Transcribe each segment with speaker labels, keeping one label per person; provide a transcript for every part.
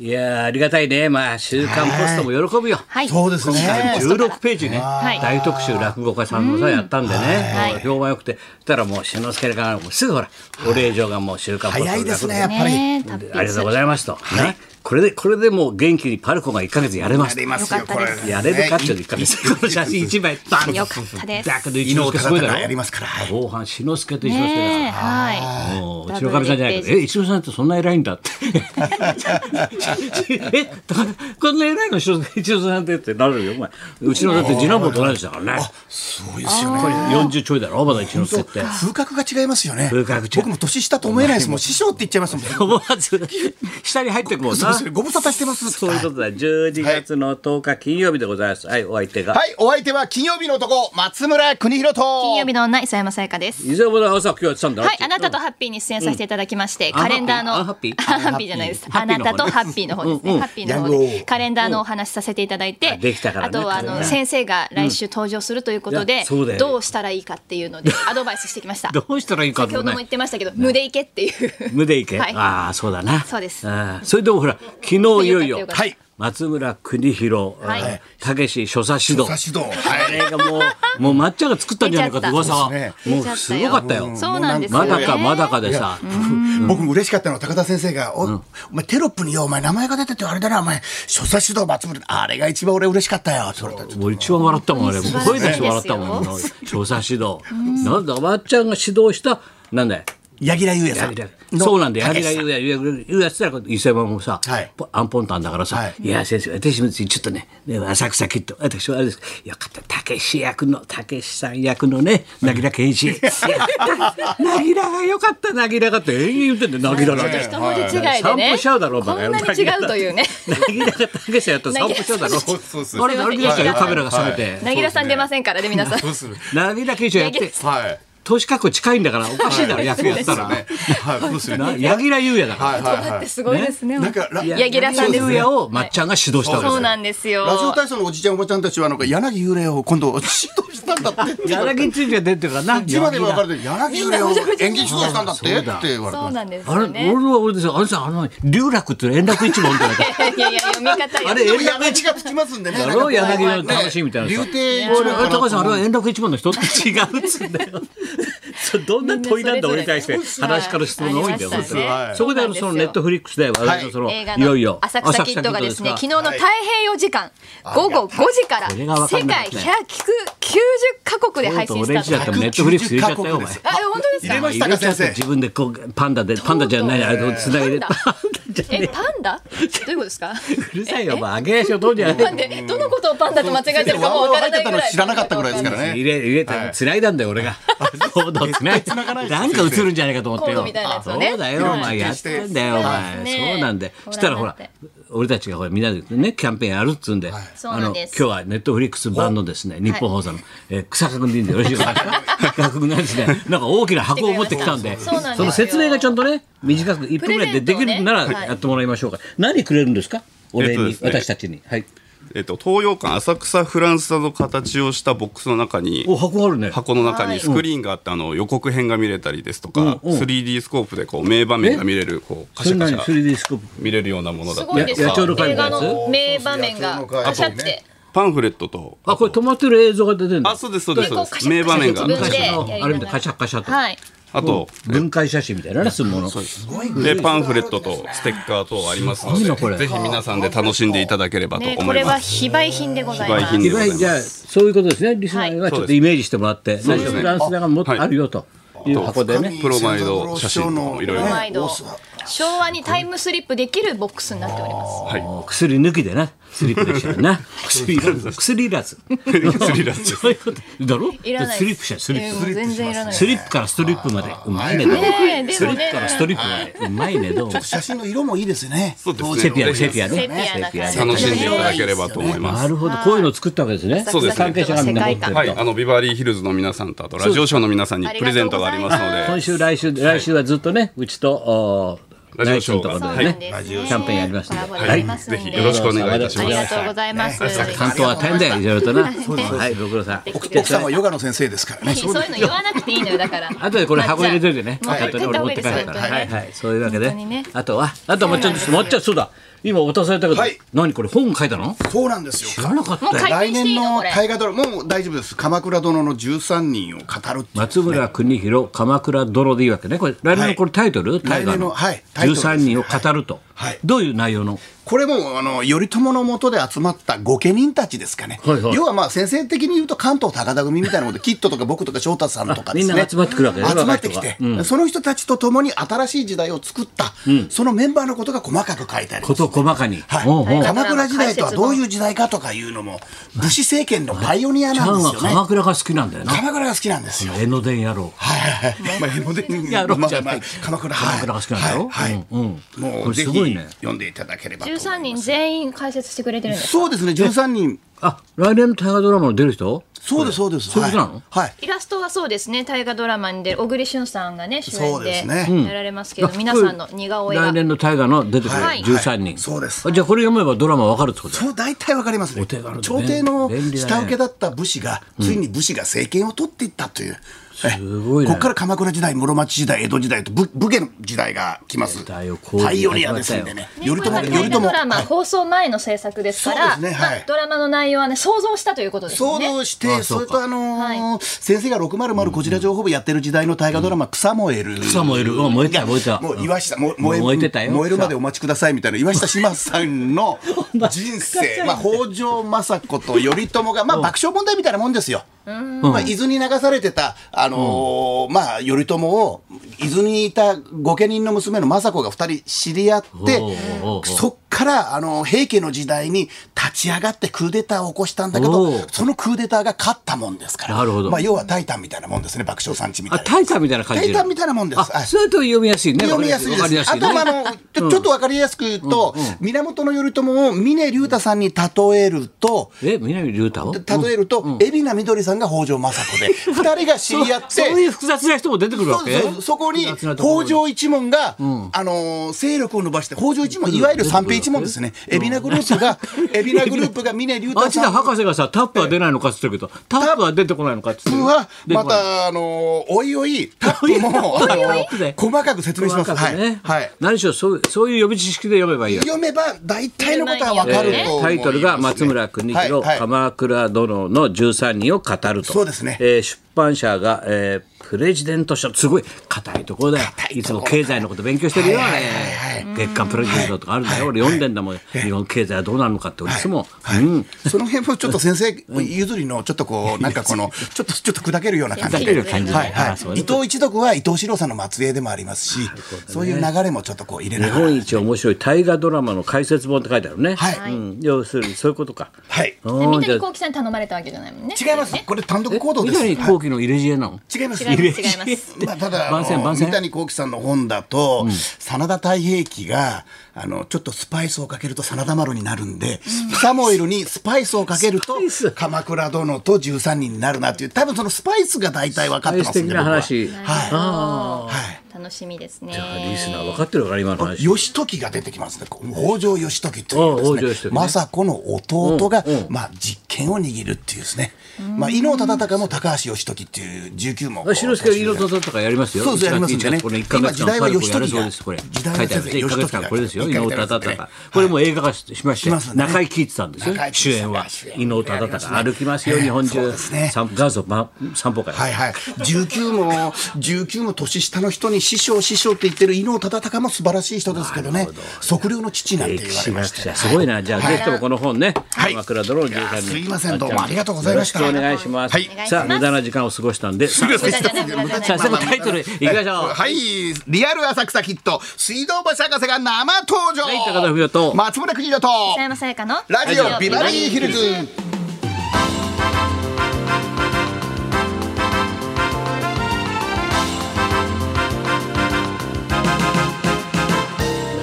Speaker 1: いやーありがたいね。まあ、週刊ポストも喜ぶよ。
Speaker 2: はい。
Speaker 3: そうですね。
Speaker 1: 16ページね、
Speaker 2: い
Speaker 1: 大特集落語家さんのさやったんでね、
Speaker 2: はい
Speaker 1: もう評判良くてそしたらもう志の輔がもうすぐほらお礼状がもう週刊ポスト
Speaker 3: 早いですね、やっぱり。
Speaker 2: ねえ、たっぷり
Speaker 1: ありがとうございますと、ねこれでこれでもう元気にパルコが1か月やれま
Speaker 3: や
Speaker 1: すと
Speaker 3: りますよ、
Speaker 2: よか
Speaker 3: こ
Speaker 2: った
Speaker 3: れ
Speaker 2: で。す
Speaker 1: やれるかっていうの1か月この写真1枚バン
Speaker 2: よかったです
Speaker 1: ダークの一
Speaker 3: 伊能
Speaker 1: 之輔すごいだ
Speaker 3: 忠
Speaker 1: ろ
Speaker 3: 敬やりますから。はい
Speaker 1: 後半志の輔と一之輔だから
Speaker 2: ねえ、は
Speaker 1: もう
Speaker 2: ダ
Speaker 1: うち
Speaker 2: ブル
Speaker 1: のかみさんじゃないけど、え、一郎さんってそんな偉いんだ って。え、だからこんな偉いの一郎一郎さんってってなるよ、お前。うちのだって次男坊と同じだからね。
Speaker 3: すごいですよね。
Speaker 1: 40ちょいだろ、まだ一之輔って。
Speaker 3: 風格が違いますよね。
Speaker 1: 風格違う
Speaker 3: 僕も年下と思えないです。もう師匠って言っちゃいますもん。
Speaker 1: 思わず、下に入ってくもん
Speaker 3: そう
Speaker 1: な
Speaker 3: です。ねご無沙汰してます。
Speaker 1: そういうことだ。12月の10日金曜日でございます。はい、お相手が。
Speaker 3: はい、お相手は金曜日の男、松村邦弘と。
Speaker 2: い。金曜日の女、磯山さやかです。
Speaker 1: 伊沢の朝今日やってたんだろ
Speaker 2: はい、あなたとハッピーに出演させていただきまして、
Speaker 1: ん
Speaker 2: カレンダーの、
Speaker 1: アンハッピー
Speaker 2: ア ンハッピーじゃないです。
Speaker 1: ア
Speaker 2: あ
Speaker 1: ンハッピー
Speaker 2: なたとハッピーの方です
Speaker 1: うんう
Speaker 2: ね。
Speaker 1: ん
Speaker 2: ハッピーの方
Speaker 3: やろ
Speaker 2: で
Speaker 3: う
Speaker 2: カレンダーのお話しさせていただいて、
Speaker 1: あできたから
Speaker 2: あ
Speaker 1: ね
Speaker 2: とはあ
Speaker 1: これ
Speaker 2: の
Speaker 1: ね
Speaker 2: 先生が来週登場するということ
Speaker 1: い
Speaker 2: で
Speaker 1: やそうだよ、ね
Speaker 2: どうしたらいいかっていうのでアドバイスしてきました。
Speaker 1: どうしたらいいか
Speaker 2: 先
Speaker 1: と
Speaker 2: ほど
Speaker 1: ね
Speaker 2: も言っ。てましたけど、無でいけっていう。
Speaker 1: 無でいけ、
Speaker 2: はい
Speaker 1: ああそうだな
Speaker 2: そうです
Speaker 1: ああそれでもほら昨日いよい
Speaker 2: よ
Speaker 1: よ
Speaker 2: かった
Speaker 3: よかっ
Speaker 1: 松村邦弘
Speaker 2: はい
Speaker 1: えーたけし所作指
Speaker 3: さ
Speaker 1: 導
Speaker 3: しど。はい。
Speaker 1: あれがもう もう抹茶が作ったんじゃないかって噂は
Speaker 3: 出ちゃっ
Speaker 2: 出
Speaker 1: もう
Speaker 2: ちゃった
Speaker 1: すごかったよ
Speaker 2: そうなんですよ
Speaker 1: ま
Speaker 2: ね。
Speaker 1: だかまだかでさ
Speaker 3: 僕も嬉しかったのは高田先生が「お,、お前テロップによお前名前が出ててあれだなお前所作指導松村あれが一番俺嬉しかったよ」って言われた
Speaker 1: もう一番笑ったもんあれ
Speaker 2: 素晴らしい
Speaker 1: 声出して笑ったもん
Speaker 2: で
Speaker 1: 調査指導なんだ抹茶が指導したなんだよ
Speaker 3: 柳楽優弥さんの
Speaker 1: そうなんだよ
Speaker 3: た
Speaker 1: 柳
Speaker 3: けしさ
Speaker 1: 楽優弥優也って言ったら伊勢山もさ、
Speaker 3: はい
Speaker 1: アンポンタンだからさ「
Speaker 3: はい
Speaker 1: い、や先生私もちょっとねね浅草キッド私はあれですよかったたけし役のたけしさん役のね凪良健一やった凪良がよかった凪良が」って永遠言ってんだよ凪良なんて
Speaker 2: 一文字違いで
Speaker 1: 散歩
Speaker 2: ね。
Speaker 1: しちゃうだろう
Speaker 2: こんなに違う というね。
Speaker 1: 凪良がたけしやったら散歩しちゃうだろ
Speaker 3: そうそうそう
Speaker 1: あれ歩き出したよカメラが冷めて
Speaker 2: なぎらさん出ませんからね、皆さん。
Speaker 3: どうする
Speaker 1: 凪良健一をやって
Speaker 3: はい
Speaker 1: 年格好近いんだからおかしいだろ役やったら
Speaker 3: はいどうする
Speaker 1: な柳楽優弥だから。
Speaker 3: はいはい
Speaker 2: だってすごいですね。
Speaker 3: なんかラ
Speaker 2: 柳楽さんです
Speaker 1: 柳
Speaker 2: ね
Speaker 1: 家をまっちゃんが指導したわけで
Speaker 2: そう
Speaker 1: すよ。
Speaker 2: なんですよ。
Speaker 3: ラジオ体操のおじちゃんおばちゃんたちはなんか柳幽霊を今度指導したんだって
Speaker 1: 柳については出てるからな。
Speaker 3: 千葉でも分かる
Speaker 1: 柳
Speaker 3: けど柳幽霊を演技指導したんだって
Speaker 1: そ
Speaker 3: っ
Speaker 1: うだ
Speaker 3: て言われて
Speaker 2: そう
Speaker 3: ます
Speaker 2: なんです
Speaker 1: 田あれ、
Speaker 2: よ
Speaker 1: 俺
Speaker 2: ね。
Speaker 1: は俺でさ、あれさ、あの、龍楽って円楽一門って 書いてある
Speaker 2: いやいや読み方よ
Speaker 1: あれ
Speaker 3: でも柳がつきますんでね
Speaker 1: だろ
Speaker 3: なんかこう
Speaker 1: 柳の楽しみみたいな
Speaker 3: ね
Speaker 1: さ
Speaker 3: 柳亭一
Speaker 1: 俺、あれ
Speaker 3: 門
Speaker 1: 高橋さん、あれ
Speaker 3: か
Speaker 1: は円楽一門の人って違うっつ うんだよ。そうどんな問いなんだ俺に対して話から質問が多いんだよ、
Speaker 2: はい
Speaker 1: 本当に
Speaker 2: ありましたね
Speaker 1: そこであの、そ
Speaker 2: そう
Speaker 1: の
Speaker 2: なんですよ
Speaker 1: ネットフリックスで、
Speaker 3: は
Speaker 1: 私の
Speaker 3: い
Speaker 1: その、
Speaker 2: 映画
Speaker 1: いよいよ
Speaker 2: の、浅草キッドがですね、昨日の太平洋時間午後5時から
Speaker 1: これが分か
Speaker 2: 世
Speaker 1: んなかっ
Speaker 2: 界
Speaker 1: たね
Speaker 2: 190カ国で配信
Speaker 1: 俺んち
Speaker 2: し
Speaker 1: だったた
Speaker 2: と。
Speaker 1: らネットフリックス入れちゃったよ、お前。
Speaker 2: あ、本当です
Speaker 3: 入れま
Speaker 2: か
Speaker 3: し。たか先生
Speaker 1: 自分でこう、パンダで、パンダじゃない、あれ、つなげて。
Speaker 2: パ
Speaker 1: パ
Speaker 2: ンダ
Speaker 1: ンダじゃね
Speaker 2: え、パンダ？どういうことですか？
Speaker 1: え。うるさいよ、お前、揚げ足を取るんじゃな
Speaker 2: な
Speaker 1: んい。
Speaker 2: でどのことをパンダと間違えてるかもわからないぐ
Speaker 3: ワンワン入ってたの
Speaker 2: らい。
Speaker 3: 知らなかったぐらいですからね
Speaker 1: 入れ入れたら繋いだんだよ俺が。 コードを繋いだ。
Speaker 3: 繋がないです
Speaker 1: なんか映るんじゃないかと思って
Speaker 2: コー
Speaker 1: よ
Speaker 2: ドみたいなや。つ
Speaker 1: そ
Speaker 2: をね
Speaker 1: うだよお前
Speaker 3: いろいろ
Speaker 1: やってんだよお
Speaker 2: そう
Speaker 1: 前。
Speaker 2: ですね
Speaker 1: そうなんで。そしたらほら
Speaker 2: ご覧に
Speaker 1: 俺たちがほらみんなでねキャンペーンやるっつうんで、
Speaker 2: そう
Speaker 1: あ
Speaker 2: な
Speaker 1: の今
Speaker 2: んです
Speaker 1: 日はネットフリックス版のですね日本放送のえー草加君でいいんでよろしいですか。草加君がですねなんか大きな箱を持ってきたんで、
Speaker 2: そうなんですよ
Speaker 1: その説明がちゃんとね短く一分ぐらいででき
Speaker 2: プレゼ
Speaker 1: る
Speaker 2: ントをね
Speaker 1: なら
Speaker 2: はい
Speaker 1: やってもらいましょうか。何くれるんですかお礼
Speaker 4: え
Speaker 1: に
Speaker 4: っとですね
Speaker 1: 私たちに。はい。
Speaker 4: えっと、東洋館浅草フランス座の形をしたボックスの中に
Speaker 1: お箱あるね。
Speaker 4: 箱の中
Speaker 2: はい
Speaker 4: にスクリーンがあってあの予告編が見れたりですとか
Speaker 1: うんうん
Speaker 4: 3D スコープでこう名場面が見れるこうカ
Speaker 1: そ
Speaker 4: シ
Speaker 1: れ
Speaker 4: ャカシ
Speaker 1: 何
Speaker 4: ャ
Speaker 1: 3D スコープ。
Speaker 4: 見れるようなものだ
Speaker 2: す
Speaker 4: った
Speaker 2: ごい
Speaker 4: り
Speaker 2: で
Speaker 4: と
Speaker 2: す
Speaker 4: か
Speaker 2: よ
Speaker 1: 野鳥の会
Speaker 2: 映
Speaker 1: みた
Speaker 2: 画
Speaker 1: いなやつ
Speaker 2: の名場面がカシャって。
Speaker 4: パンフレットと
Speaker 1: あ、これ止まってる映像が出てるんだ。
Speaker 4: あそうですそうです
Speaker 2: で
Speaker 4: そう
Speaker 2: こう
Speaker 4: で
Speaker 2: カ
Speaker 4: す
Speaker 2: シャ
Speaker 4: 名場面が
Speaker 2: カシャカシャ自分
Speaker 1: 昔
Speaker 2: で
Speaker 1: のあれみたいなカシャカシャと。
Speaker 2: はい。
Speaker 4: あと
Speaker 1: 分解写真みたいなね、すもの。
Speaker 4: でパンフレットとステッカー等ありますの
Speaker 1: いいなこれ
Speaker 4: でぜひ皆さんで楽しんでいただければと
Speaker 2: ね、
Speaker 4: 思
Speaker 2: これ
Speaker 4: い
Speaker 2: は
Speaker 4: ます。
Speaker 2: 非売品でございま
Speaker 4: 非
Speaker 1: い
Speaker 2: す
Speaker 4: 売品。で
Speaker 1: わゆるじゃあそういうことですね。リスナーがちょっとイメージしてもらって、
Speaker 4: う
Speaker 1: 最
Speaker 4: です
Speaker 1: 初フランスだがもっと
Speaker 4: はい
Speaker 1: あるよという箱でね。
Speaker 4: プロマイド写真とかもいろいろ
Speaker 2: ワイド昭和にタイムスリップできるボックスになっております。
Speaker 4: はい
Speaker 1: もう薬抜きでな、スリップでしたよ な。薬いらず。 薬いらず。
Speaker 4: 薬いら ず
Speaker 1: そういうこと。だろ
Speaker 2: いらない
Speaker 1: スリッ
Speaker 2: です。
Speaker 1: プしない、スリッ
Speaker 2: えー
Speaker 1: プ。
Speaker 2: もう全然いらない。
Speaker 1: スリップからストリップまで。うまいね、どうも
Speaker 2: ねえでもね
Speaker 1: スリップからストリップまで。うまいね、どうも。
Speaker 3: 写真の色もいいですね
Speaker 4: そうですね
Speaker 1: セピア、セピア
Speaker 2: セ
Speaker 1: ね。
Speaker 2: ピアな感じ。
Speaker 4: 楽しんでいただければと思います
Speaker 1: な。るほど。こういうのを作ったわけですね。
Speaker 4: そうです
Speaker 1: 関係者がみんな持ってる
Speaker 4: はい、
Speaker 1: と。
Speaker 4: あのビバリーヒルズの皆さんとあとラジオショーの皆さんにプレゼントがありますので
Speaker 1: 今週来週来週はずっとねうちとおー
Speaker 4: ラジオショー
Speaker 1: ナイツのところ
Speaker 2: そう
Speaker 1: で
Speaker 2: なん
Speaker 1: ね
Speaker 2: ですね。
Speaker 1: キャンペーンやりますんで
Speaker 2: コラボ
Speaker 1: は
Speaker 2: やり
Speaker 1: い
Speaker 2: ますんで
Speaker 4: ぜひよろしくお願いいたし
Speaker 2: あ
Speaker 4: ま
Speaker 2: り
Speaker 4: す
Speaker 2: がとうございます。
Speaker 1: 担当は大変だよいろいろとなはいご苦労さん
Speaker 3: 奥さんはヨガの先生ですからね
Speaker 2: そういうの言わなくていいのよだから。
Speaker 1: あとでこれ箱入れといてね
Speaker 2: もう
Speaker 1: 後で俺持って帰るから
Speaker 2: は
Speaker 1: はいいはいそういうわけ
Speaker 2: 本当にね
Speaker 1: であとはあともうちょっともうちょっとそうだ今渡されたけど、
Speaker 3: はい
Speaker 1: 何これ本書いたの
Speaker 3: そうなんですよ
Speaker 1: 知らなかったよ
Speaker 2: もう書い
Speaker 3: 来年の
Speaker 2: これ
Speaker 3: 大河ドラマもう大丈夫です鎌倉殿の13人を語るっていう
Speaker 1: 松村邦弘鎌倉泥でいいわけねこれ来年
Speaker 3: は
Speaker 1: の
Speaker 3: い
Speaker 1: これタイトル大河
Speaker 3: 来年
Speaker 1: の
Speaker 3: のはいタイトルです
Speaker 1: 13人を語ると
Speaker 3: はい
Speaker 1: どういう内容の
Speaker 3: これもあの頼朝のもとで集まった御家人たちですかね、
Speaker 1: はいはい
Speaker 3: 要はまあ先生的に言うと関東高田組みたいなことでキッドとか僕とか翔太さんとかですね
Speaker 1: あみんな集まってくるわけね
Speaker 3: 集まってきて、
Speaker 1: 若い人が
Speaker 3: その人たちと共に新しい時代を作った、そのメンバーのことが細かく書いてあります
Speaker 1: こと細かに、
Speaker 3: はい
Speaker 1: おうおう
Speaker 3: 鎌倉時代とはどういう時代かとかいうのも武士政権のパイオニア
Speaker 1: ち
Speaker 3: な
Speaker 1: ゃん
Speaker 3: んで
Speaker 1: は
Speaker 3: すよね
Speaker 1: 鎌倉が好きなんだよな
Speaker 3: 鎌倉が好きなんですよ
Speaker 1: 江ノ電野郎
Speaker 3: はいはいはいまあ江ノ電
Speaker 1: やろう
Speaker 3: まあ
Speaker 1: じゃない
Speaker 3: まあ鎌倉
Speaker 1: 鎌倉が好きなんだろ
Speaker 3: はいはい
Speaker 1: うんうん
Speaker 3: も
Speaker 1: これ
Speaker 3: うぜ
Speaker 1: す
Speaker 3: ひ
Speaker 1: ごいね
Speaker 3: 読んでいただければと思います
Speaker 2: 13人全員解説してくれてるんです
Speaker 3: そうですね13人
Speaker 1: あ来年の大河ドラマの出る人
Speaker 3: そうですそうです
Speaker 1: そういうことなの
Speaker 3: はいはい
Speaker 2: イラストはそうですね大河ドラマに出る小栗旬さんがね主
Speaker 3: そ
Speaker 2: 演
Speaker 3: うで
Speaker 2: です
Speaker 3: ね
Speaker 2: やられますけど、皆さんの似顔絵が
Speaker 1: 来年の大河の出てくる
Speaker 2: はい
Speaker 1: 13人、
Speaker 3: はいそうです
Speaker 1: あじゃあこれ読めばドラマわかるってことだ
Speaker 3: そう大体わかりますね
Speaker 1: お手軽でね
Speaker 3: 朝廷の
Speaker 1: 便利だね
Speaker 3: 下請けだった武士がついに武士が政権を取っていったというす
Speaker 1: ごいね
Speaker 3: ここから鎌倉時代室町時代江戸時代と武武家の時代が来ます
Speaker 1: 代をこういう
Speaker 3: パイオニアですんでね頼朝
Speaker 2: これは
Speaker 3: 頼
Speaker 2: 大
Speaker 3: 朝
Speaker 2: 河ドラマ
Speaker 3: はい
Speaker 2: 放送前の制作ですから、
Speaker 3: そうですねはい
Speaker 2: まあ、ドラマの内容はね想像したということですよ
Speaker 3: 想
Speaker 2: ね。
Speaker 3: 像して、
Speaker 1: あそ
Speaker 3: そうれ
Speaker 1: か
Speaker 3: とあのー先生が606こちら情報部やってる時代の大河ドラマ、草燃える。
Speaker 1: 草燃えるうん燃えてた燃えてた
Speaker 3: もう岩下、もう
Speaker 1: 燃え
Speaker 3: 燃え
Speaker 1: てたよ
Speaker 3: 燃えるまでお待ちくださいみたいな、岩下志麻さ んの人生、まあ、北条政子と頼朝が、まあ、爆笑問題みたいなもんですよ。まあ、伊豆に流されてた、あのーまあ、頼朝を、伊豆にいた御家人の娘の政子が二人知り合って
Speaker 1: おうおうおう、
Speaker 3: そっから、あの、平家の時代に立ち上がってクーデターを起こしたんだけ
Speaker 1: お
Speaker 3: ど
Speaker 1: う、
Speaker 3: そのクーデターが勝ったもんですから。
Speaker 1: なるほど
Speaker 3: まあ、要はタイタンみたいなもんですね、爆笑さんちみた
Speaker 1: あ
Speaker 3: いな。
Speaker 1: タイタンみたいな感じ
Speaker 3: タイタンみたいなもんです。は
Speaker 1: あ
Speaker 3: い
Speaker 1: それと読みやすいね
Speaker 3: 読みやすい
Speaker 1: わかり
Speaker 3: で
Speaker 1: や
Speaker 3: す。
Speaker 1: す
Speaker 3: あ
Speaker 1: い
Speaker 3: と
Speaker 1: ね
Speaker 3: まああのちょちょっとわかりやすく言うと、源頼朝を峰竜太さんに例えると。
Speaker 1: え南竜太を
Speaker 3: 例えると、海老名みどりさんが北条政 子で、二人が知り合って。
Speaker 1: そういう複雑な人も出てくるわ
Speaker 3: そう
Speaker 1: け
Speaker 3: そうそうそこに
Speaker 1: 複雑なところ
Speaker 3: 北条一門が、あのー勢力を伸ばして北条一門いわゆる三平一門ですね海老名グループが海老名グループが峰竜
Speaker 1: あ
Speaker 3: 太
Speaker 1: っち
Speaker 3: さ
Speaker 1: だ
Speaker 3: ん
Speaker 1: 博士がさタップは出ないのかっつってるけどタップは出てこないのかっつってる
Speaker 3: は
Speaker 1: 出て
Speaker 3: ま
Speaker 1: こない
Speaker 3: たあのーおいおいタップもあのー 細かく説明します。
Speaker 1: 細かくね
Speaker 3: はいはい
Speaker 1: 何しろそうそういう予備知識で読めばいいよ。
Speaker 3: 読めば大体のことはわ
Speaker 1: え
Speaker 3: かると思います、
Speaker 1: ータイトルが「松村邦
Speaker 3: はい
Speaker 1: 弘、
Speaker 3: はい
Speaker 1: 鎌倉殿の13人を語ると」
Speaker 3: そうですね
Speaker 1: えー出版社が、えープレジデント賞」すごい硬いところだよ
Speaker 3: 硬
Speaker 1: い
Speaker 3: い
Speaker 1: つ
Speaker 3: とこ
Speaker 1: も経済のこと勉強してるよ、
Speaker 3: はい
Speaker 1: あ
Speaker 3: は
Speaker 1: れ
Speaker 3: いはい
Speaker 1: 月刊プレジデントとかあるんだよ、俺読んでんだもん、日本経済はどうなるのかって俺いつも、うん
Speaker 3: その辺もちょっと先生譲りのちょっとこうなんか このちょっとちょっと砕けるような感じ
Speaker 1: 砕け
Speaker 3: で
Speaker 1: る感じで
Speaker 3: はい
Speaker 1: あそう
Speaker 3: はいい、
Speaker 1: う
Speaker 3: 伊
Speaker 1: こと
Speaker 3: 藤一族は伊藤四郎さんの末裔でもありますし、そういう流れもちょっとこう入れ
Speaker 1: 日
Speaker 3: ながら
Speaker 1: 本一面白い大河ドラマの解説本って書いてあるね、
Speaker 3: はい
Speaker 1: うん要するにそういうことか。
Speaker 3: はい
Speaker 1: うん
Speaker 2: 三
Speaker 1: じゃ
Speaker 2: 谷
Speaker 1: あ
Speaker 2: 幸喜さんに頼まれたわけじゃないもんね。
Speaker 3: 違いますこれ単独行動
Speaker 1: 三
Speaker 3: です
Speaker 1: 谷幸喜の入れ知恵なの、
Speaker 3: 違います
Speaker 2: 違います違います。
Speaker 3: まあ、ただあ
Speaker 1: 番宣
Speaker 3: の
Speaker 1: 番宣
Speaker 3: 三谷幸喜さんの本だと、真田太平記があのちょっとスパイスをかけると真田丸になるんで、サモエルにスパイスをかけると
Speaker 1: パイス
Speaker 3: 鎌倉殿と13人になるなっていう多分そのスパイスが大体分かっ
Speaker 1: 愛
Speaker 3: てま
Speaker 1: し
Speaker 3: す
Speaker 1: 的
Speaker 3: んで
Speaker 1: な話、
Speaker 3: 僕ははい、はい
Speaker 2: 楽しみですね。
Speaker 1: リスナー分かってるから今の話
Speaker 3: 義時が出てきますね。こう北条義時という
Speaker 1: おう北条
Speaker 3: で
Speaker 1: 義
Speaker 3: す
Speaker 1: 時
Speaker 3: ね。
Speaker 1: ね
Speaker 3: 政子の弟が、
Speaker 1: うんうん
Speaker 3: まあ実権を握るっていうですね。まあ伊能忠敬も高橋義時っていう19問。
Speaker 1: 白助が色ととかやりますよ。
Speaker 3: そうですやりますんでね
Speaker 1: 1月1日これ一ヶ月間
Speaker 3: 今時代は義時
Speaker 1: パ
Speaker 3: が
Speaker 1: ルコやるそうですこれ。
Speaker 3: 時代
Speaker 1: 書
Speaker 3: はい
Speaker 1: てある一
Speaker 3: 義時
Speaker 1: ヶ月間これですよ。
Speaker 3: 義
Speaker 1: 伊能
Speaker 3: 時
Speaker 1: 忠敬
Speaker 3: はい。
Speaker 1: これも映画化しまして
Speaker 3: しますね
Speaker 1: 中井貴一さんですよ
Speaker 3: 中井。貴
Speaker 1: 主
Speaker 3: 一さ
Speaker 1: 演
Speaker 3: ん
Speaker 1: は
Speaker 3: が主演
Speaker 1: 伊能忠
Speaker 3: やります
Speaker 1: 敬。
Speaker 3: ね
Speaker 1: 歩きますよ日本
Speaker 3: そう
Speaker 1: 中。
Speaker 3: ですね
Speaker 1: 散元祖ま散歩会。
Speaker 3: はいはい、19も19も年下の人に師匠師匠って言ってる伊能忠敬も素晴らしい人ですけどね測量の父なんて
Speaker 1: 歴
Speaker 3: 言わ
Speaker 1: 史
Speaker 3: れま
Speaker 1: 学
Speaker 3: して
Speaker 1: 者すごいな。じゃあ
Speaker 3: はい
Speaker 1: ぜひともこの本ね。
Speaker 3: はい
Speaker 1: 鎌倉殿の13人。
Speaker 3: いやすいませんどうもありがとうございました
Speaker 1: よろしくお願いします
Speaker 3: はいお
Speaker 2: 願。いし
Speaker 1: さ
Speaker 2: ま
Speaker 1: あ
Speaker 2: す
Speaker 1: 無駄な時間を過ごしたんで。さ
Speaker 2: 無駄じゃない無駄じゃない
Speaker 1: あ早速タイトルいきましょう。
Speaker 3: はい、リアル浅草キット水道橋博士が生登場。
Speaker 1: はい高田文夫と
Speaker 3: 松村邦洋と
Speaker 2: 北山さやかの
Speaker 3: ラジオビバリーヒルズ。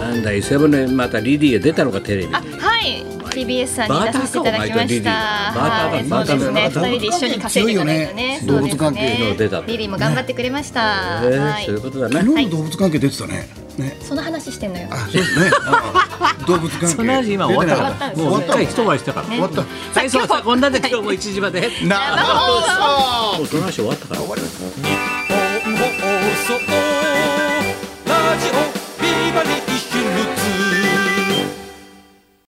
Speaker 1: なんだ伊勢舟またリリーが出たのかテレビで
Speaker 2: あ。はい。TBS さんに出させていただきました。
Speaker 1: バーターか
Speaker 2: はい、そうですね。
Speaker 1: バ
Speaker 2: 二
Speaker 1: ーターだ
Speaker 2: 人で一緒に稼いでいかないとね。
Speaker 3: 強いよね動物関
Speaker 1: の出
Speaker 3: 係
Speaker 1: た
Speaker 2: そうですねリリーも頑張ってくれました。
Speaker 1: えー
Speaker 2: は
Speaker 1: そういう
Speaker 2: い。
Speaker 1: ことだね。
Speaker 3: 昨日の動物関係出てたね。ね。
Speaker 2: その話してんのよ。
Speaker 3: あそうですね。うん動物関係。
Speaker 1: その話今終わったから、
Speaker 2: 終
Speaker 1: も
Speaker 2: わ
Speaker 1: う
Speaker 2: っ
Speaker 1: 一
Speaker 2: たん
Speaker 1: 回
Speaker 2: で
Speaker 1: 一回したから。
Speaker 3: 終わった。
Speaker 1: はい、そうそう、こんなで今日も1時まで。
Speaker 3: 生放送。
Speaker 1: もうその話終わったから。
Speaker 5: 放送ラジオビバリー